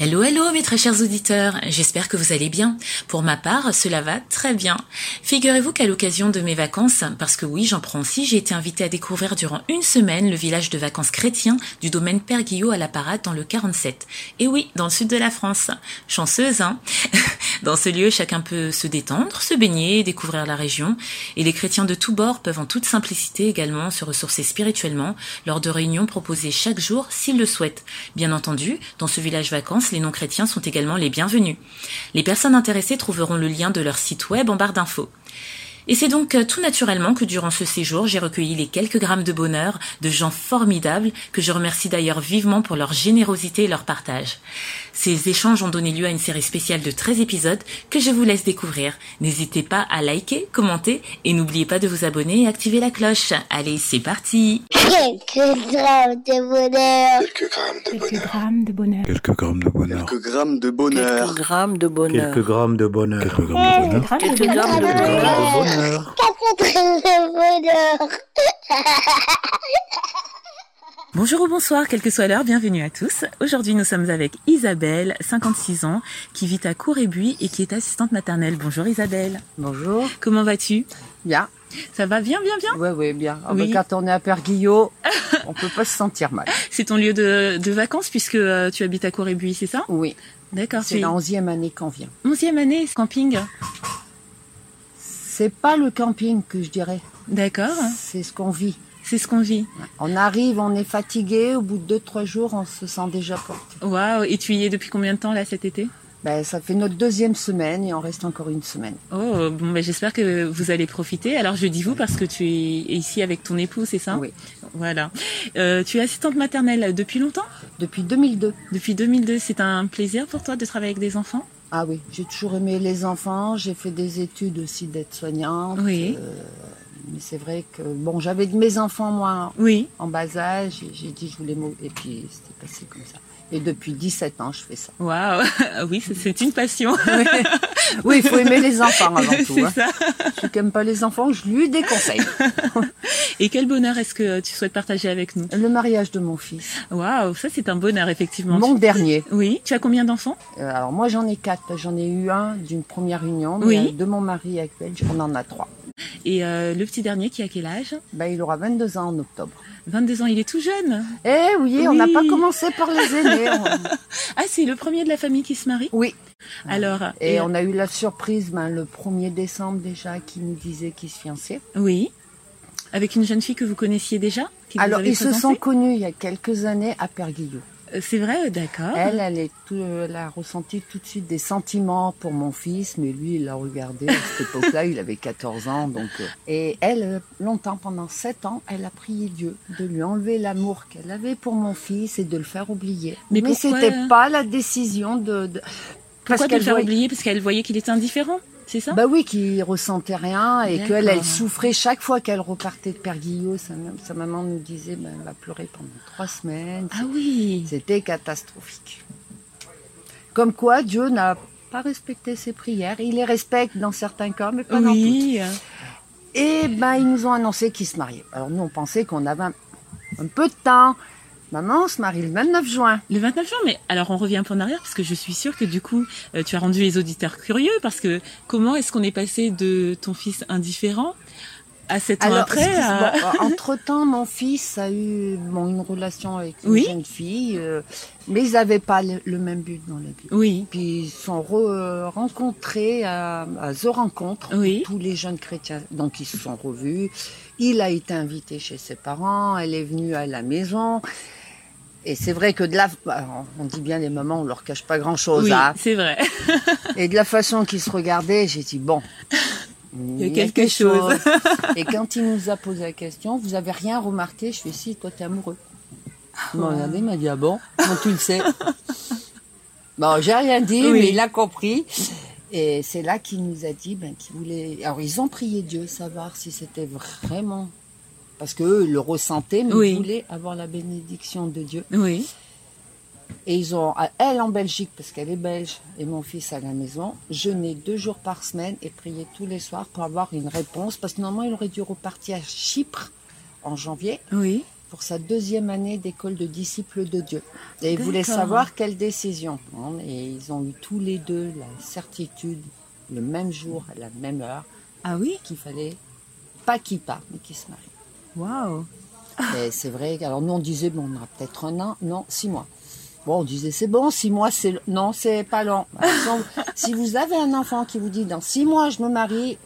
Hello, hello, mes très chers auditeurs. J'espère que vous allez bien. Pour ma part, cela va très bien. Figurez-vous qu'à l'occasion de mes vacances, parce que oui, j'en prends aussi, j'ai été invitée à découvrir durant une semaine le village de vacances chrétien du domaine Père Guillot à la Parade dans le 47. Et oui, dans le sud de la France. Chanceuse, hein? Dans ce lieu, chacun peut se détendre, se baigner, découvrir la région. Et les chrétiens de tous bords peuvent en toute simplicité également se ressourcer spirituellement lors de réunions proposées chaque jour s'ils le souhaitent. Bien entendu, dans ce village vacances, les non-chrétiens sont également les bienvenus. Les personnes intéressées trouveront le lien de leur site web en barre d'infos. Et c'est donc euh, tout naturellement que durant ce séjour, j'ai recueilli les quelques grammes de bonheur de gens formidables que je remercie d'ailleurs vivement pour leur générosité et leur partage. Ces échanges ont donné lieu à une série spéciale de 13 épisodes que je vous laisse découvrir. N'hésitez pas à liker, commenter et n'oubliez pas de vous abonner et activer la cloche. Allez, c'est parti Quelques grammes de bonheur. Quelques grammes de Quelques bonheur. grammes de bonheur. Quelques grammes de bonheur. Quelques grammes de bonheur. grammes de bonheur. Quelques grammes de bonheur. Quelques grammes de bonheur. grammes Quelques grammes de Quelques bonheur. grammes de bonheur. Quatre grammes de bonheur. Bonjour ou bonsoir, quelle que soit l'heure, bienvenue à tous. Aujourd'hui, nous sommes avec Isabelle, 56 ans, qui vit à Courrébuis et qui est assistante maternelle. Bonjour Isabelle. Bonjour. Comment vas-tu Bien. Ça va bien, bien, bien Ouais, ouais, bien. Ah, Oui. bah, quand on est à Père Guillot, on peut pas se sentir mal. C'est ton lieu de, de vacances puisque euh, tu habites à Courrébuis, c'est ça Oui. D'accord, C'est tu es la onzième année qu'on vient. 11e année, camping. C'est pas le camping que je dirais. D'accord, C'est ce qu'on vit. c'est ce qu'on vit. On arrive, on est fatigué. Au bout de deux, trois jours, on se sent déjà porté. Waouh, et tu y es depuis combien de temps là cet été Ben, ça fait notre deuxième semaine et on reste encore une semaine. Oh, bon, ben, j'espère que vous allez profiter. Alors je dis vous parce que tu es ici avec ton époux, c'est ça Oui. Voilà. Euh, tu es assistante maternelle depuis longtemps Depuis 2002. Depuis 2002, c'est un plaisir pour toi de travailler avec des enfants Ah oui, j'ai toujours aimé les enfants. J'ai fait des études aussi d'aide-soignante. Oui. Euh, mais c'est vrai que, bon, j'avais de mes enfants, moi, Oui. en bas âge, et j'ai dit je voulais mourir. Et puis c'était passé comme ça. Et depuis 17 ans, je fais ça. Waouh, oui, c'est- c'est une passion. Oui, il faut aimer les enfants avant tout. c'est Hein. ça. Celui qui n'aime pas les enfants, je lui déconseille. Et quel bonheur est-ce que tu souhaites partager avec nous Le mariage de mon fils, Waouh, ça c'est un bonheur effectivement. mon Tu- dernier. Oui, tu as combien d'enfants Euh, alors moi, j'en ai quatre. parce que J'en ai eu un d'une première union, mais Oui. euh, de mon mari actuel, on en a trois. Et euh, le petit dernier qui a quel âge Ben, il aura 22 ans en octobre. 22 ans, il est tout jeune. Eh oui, on n'a Oui. pas commencé par les aînés. on- Ah, c'est le premier de la famille qui se marie Oui. Alors, Et euh, on a eu la surprise ben, le 1er décembre déjà qui nous disait qu'il se fiançait. oui, avec une jeune fille que vous connaissiez déjà qui vous Alors, avait ils se présentée sont connus il y a quelques années à Perguillou. Euh, C'est vrai, euh, d'accord. Elle, elle, est tout- elle a ressenti tout de suite des sentiments pour mon fils, mais lui, il l'a regardé à cette époque-là, il avait 14 ans. donc. euh, Et elle, euh, longtemps, pendant 7 ans, elle a prié Dieu de lui enlever l'amour qu'elle avait pour mon fils et de le faire oublier. Mais Mais, pourquoi, c'était euh, pas la décision de... de- Pourquoi de le faire voyait- oublier Parce qu'elle voyait qu'il était indifférent, c'est ça bah oui, qui ressentait rien et qu'elle, D'accord. elle souffrait chaque fois qu'elle repartait de Perguillot. Sa, sa maman nous disait, ben, elle va pleurer pendant trois semaines. Ah oui, C'était catastrophique. Comme quoi, Dieu n'a pas respecté ses prières. Il les respecte dans certains cas, mais pas dans toutes. oui. Et ben, ils nous ont annoncé qu'ils se mariaient. Alors nous, on pensait qu'on avait un, un peu de temps. Maman, on se marie le 29 juin. Le 29 juin, mais alors on revient un peu en arrière parce que je suis sûre que du coup euh, tu as rendu les auditeurs curieux parce que comment est-ce qu'on est passé de ton fils indifférent à 7 ans après euh, à- entre temps, mon fils a eu bon, une relation avec une Oui. jeune fille, euh, mais ils n'avaient pas le, le même but dans la vie. Oui, Puis ils se sont re- euh, rencontrés à, à The Rencontre, Oui. tous les jeunes chrétiens. Donc ils se sont revus. Il a été invité chez ses parents, elle est venue à la maison. Et c'est vrai que de la, bah, on dit bien les mamans, on leur cache pas hein. grand chose. oui c'est vrai. Et de la façon qu'ils se regardaient, j'ai dit bon. y a quelque chose. Et quand il nous a posé la question, vous avez rien remarqué Je fais si, toi t'es amoureux. Il m'a regardé, il m'a dit ah bon Comment tu le sais Bon, j'ai rien dit, Oui. mais il a compris. Et c'est là qu'il nous a dit ben, qu'il voulait. Alors ils ont prié Dieu savoir si c'était vraiment parce que eux, ils le ressentaient, mais Oui. ils voulaient avoir la bénédiction de Dieu. Oui, Et ils ont, à- elle en Belgique, parce qu'elle est belge, et mon fils à la maison, jeûner deux jours par semaine et prier tous les soirs pour avoir une réponse, parce que normalement, il aurait dû repartir à Chypre en janvier, oui, pour sa deuxième année d'école de disciples de Dieu. Et ils voulaient D'accord. savoir quelle décision prendre. Et ils ont eu tous les deux la certitude, le même jour, à la même heure, Ah oui qu'il fallait pas qu'il part, mais qu'il se marie. Waouh Mais c'est vrai. que- Alors nous, on disait, bon, on aura peut-être un an. Non, six mois. Bon, on disait, c'est bon, six mois, c'est... l- Non, c'est pas long. Bah, de toute façon, si vous avez un enfant qui vous dit, dans six mois, je me marie,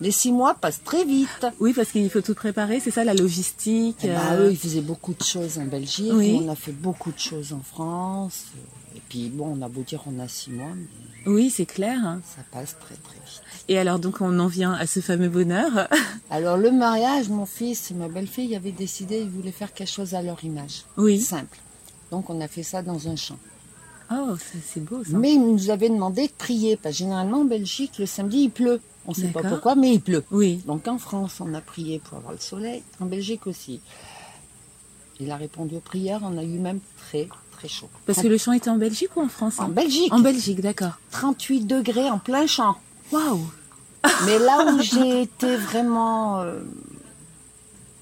les six mois passent très vite. Oui, parce qu'il faut tout préparer, c'est ça la logistique. Eh ben, euh, eux, ils faisaient beaucoup de choses en Belgique. Oui. nous, on a fait beaucoup de choses en France. Et puis, bon, on a beau dire, on a six mois, mais Oui, c'est clair. hein. ça passe très, très vite. Et alors donc on en vient à ce fameux bonheur. Alors, le mariage, mon fils et ma belle-fille avaient décidé, ils voulaient faire quelque chose à leur image. Oui. Simple. Donc, on a fait ça dans un champ. Oh, ça, c'est beau ça. Mais ils nous avaient demandé de prier, parce que généralement en Belgique, le samedi, il pleut. On ne sait pas D'accord. pourquoi, mais il pleut. Oui. Donc en France, on a prié pour avoir le soleil, en Belgique aussi. Il a répondu aux prières, on a eu même très, très chaud. Parce que le chant était en Belgique ou en France En hein Belgique, En Belgique, d'accord. 38 degrés en plein champ. Waouh Mais là où j'ai été vraiment. euh,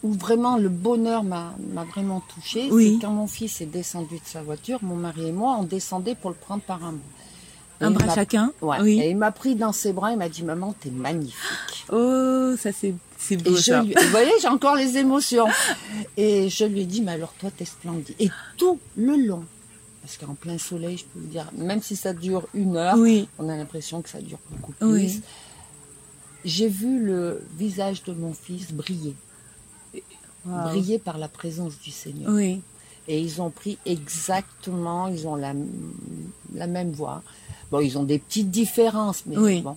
où vraiment le bonheur m'a m'a vraiment touchée, Oui. c'est quand mon fils est descendu de sa voiture, mon mari et moi, on descendait pour le prendre par un bras. Et Un il bras m'a- chacun Ouais. Et Oui. il m'a pris dans ses bras, il m'a dit Maman, t'es magnifique. Oh, ça c'est c'est Et beau je ça. lui- Vous voyez, j'ai encore les émotions. Et je lui ai dit Mais alors, toi, t'es splendide. Et tout le long, parce qu'en plein soleil, je peux vous dire, même si ça dure une heure, Oui. on a l'impression que ça dure beaucoup plus. Oui. J'ai vu le visage de mon fils briller, Waouh. briller par la présence du Seigneur. Oui. Et ils ont pris exactement, ils ont la, la même voix. Bon, ils ont des petites différences, mais Oui. bon.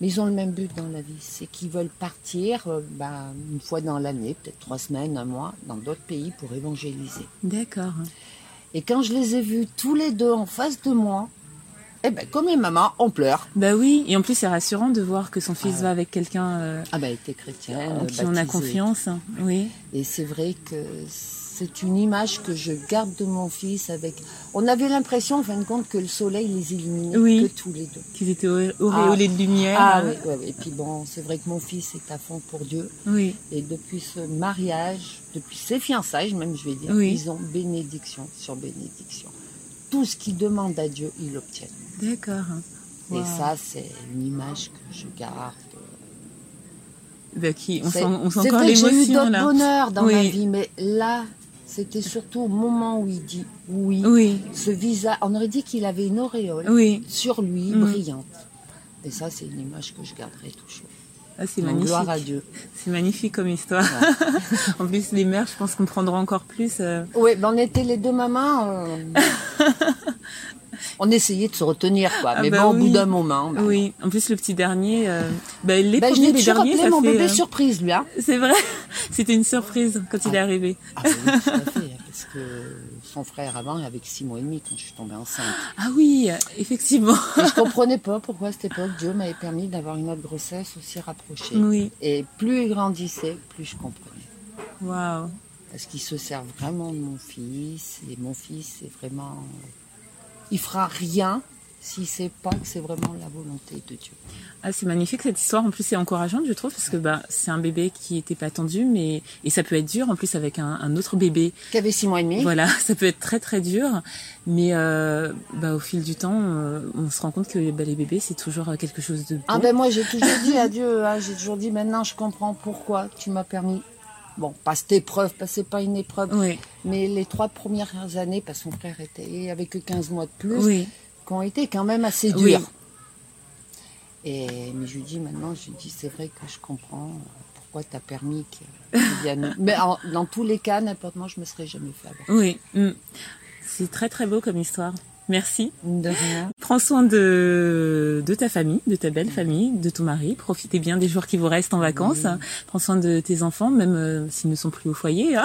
Mais ils ont le même but dans la vie, c'est qu'ils veulent partir euh, bah, une fois dans l'année, peut-être trois semaines, un mois, dans d'autres pays pour évangéliser. D'accord. Et quand je les ai vus tous les deux en face de moi, eh ben, comme les mamans, on pleure. Bah oui, et en plus c'est rassurant de voir que son fils Ah ouais. va avec quelqu'un euh, Ah bah, ben, elle était chrétienne, en qui on a baptisée. confiance. hein. Oui. Et c'est vrai que c'est une image que je garde de mon fils avec. On avait l'impression, en fin de compte, que le soleil les illuminait Oui. que tous les deux. Qu'ils étaient au- auréolés de lumière. Euh, Ah oui, ouais, ouais. et puis bon, c'est vrai que mon fils est à fond pour Dieu. Oui. Et depuis ce mariage, depuis ces fiançailles, même je vais dire, Oui. ils ont bénédiction sur bénédiction. Tout ce qu'ils demandent à Dieu, ils l'obtiennent. D'accord. Et Wow. ça, c'est une image que je garde. Bah, qui, on C'est- sent, on sent c'est encore vrai que j'ai eu l'émotion d'autres là. bonheurs dans ma Oui. vie, mais là, c'était surtout au moment où il dit oui. Oui, Ce visage, on aurait dit qu'il avait une auréole oui. sur lui, Mm. brillante. Et ça, c'est une image que je garderai toujours. Ah, c'est Donc, magnifique. Gloire à Dieu. C'est magnifique comme histoire. en plus, les mères, je pense qu'on prendra encore plus. euh, Oui, ben on était les deux mamans. euh, on essayait de se retenir, quoi. Ah Mais bah bon, au oui. bout d'un moment. bah, Oui, en plus, le petit dernier. euh, bah, les ben, je premiers, l'ai les toujours derniers, appelé ça mon fait, bébé euh, surprise, lui. hein. C'est vrai, c'était une surprise quand il est arrivé. Ah, bah oui, tout à fait. Parce que son frère, avant, avait que six mois et demi quand je suis tombée enceinte. Ah oui, euh, effectivement. Et je comprenais pas pourquoi, à cette époque, Dieu m'avait permis d'avoir une autre grossesse aussi rapprochée. Oui, Et plus il grandissait, plus je comprenais. waouh. parce qu'il se sert vraiment de mon fils. Et mon fils, c'est vraiment. euh, Il fera rien s'il ne sait pas que c'est vraiment la volonté de Dieu. Ah, c'est magnifique cette histoire. En plus, c'est encourageante, je trouve, parce que bah, c'est un bébé qui n'était pas attendu, mais et ça peut être dur. En plus, avec un, un autre bébé, Qui avait six mois et demi. voilà, ça peut être très très dur. Mais euh, bah, au fil du temps, euh, on se rend compte que bah, les bébés, c'est toujours euh, quelque chose de bon. Ah ben moi, j'ai toujours dit à Dieu, hein, j'ai toujours dit maintenant, je comprends pourquoi tu m'as permis. Bon, pas cette épreuve, parce que c'est pas une épreuve, Oui, mais les trois premières années, parce que son frère était avec que 15 mois de plus, oui, qui ont été quand même assez Oui. dures. Et mais je lui dis maintenant, je lui dis c'est vrai que je comprends euh, pourquoi tu as permis qu'il vienne. Mais en- dans tous les cas, n'importe moi, je me serais jamais fait avoir. oui. Mm. C'est très très beau comme histoire. Merci. De rien. Prends soin de, de ta famille, de ta Mm. belle famille, de ton mari. Profitez bien des jours qui vous restent en vacances. Prends soin de tes enfants, même euh, s'ils ne sont plus au foyer. hein.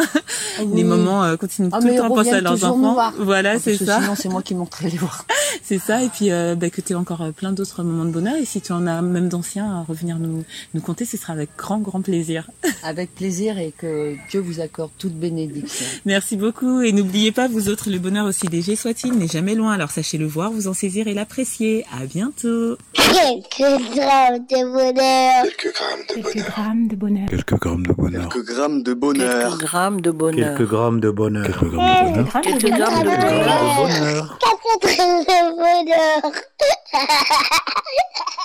Les moments euh, continuent Ah, tout mais le ils temps à penser à reviennent leurs toujours Ah, nous enfants. voir. Voilà, Parce c'est que ça. Sinon, c'est moi qui monterai les voir. C'est ça, et puis euh, bah, que tu aies encore euh, plein d'autres moments de bonheur. Et si tu en as même d'anciens à revenir nous, nous compter, ce sera avec grand, grand plaisir. Avec plaisir et que Dieu vous accorde toute bénédiction. Merci beaucoup, et n'oubliez pas, vous autres, le bonheur aussi léger soit-il n'est jamais loin, alors sachez le voir, vous en saisir et l'apprécier. À bientôt Quelques drames de bonheur. Quelques grammes de Quelques bonheur. grammes de bonheur. Quelques grammes de bonheur. Quelques grammes de Quelques bonheur. grammes de bonheur. Quelques grammes de bonheur. Quelques grammes de bonheur. Grammes de Quelques bonheur. grammes de bonheur. Quatre drames de bonheur.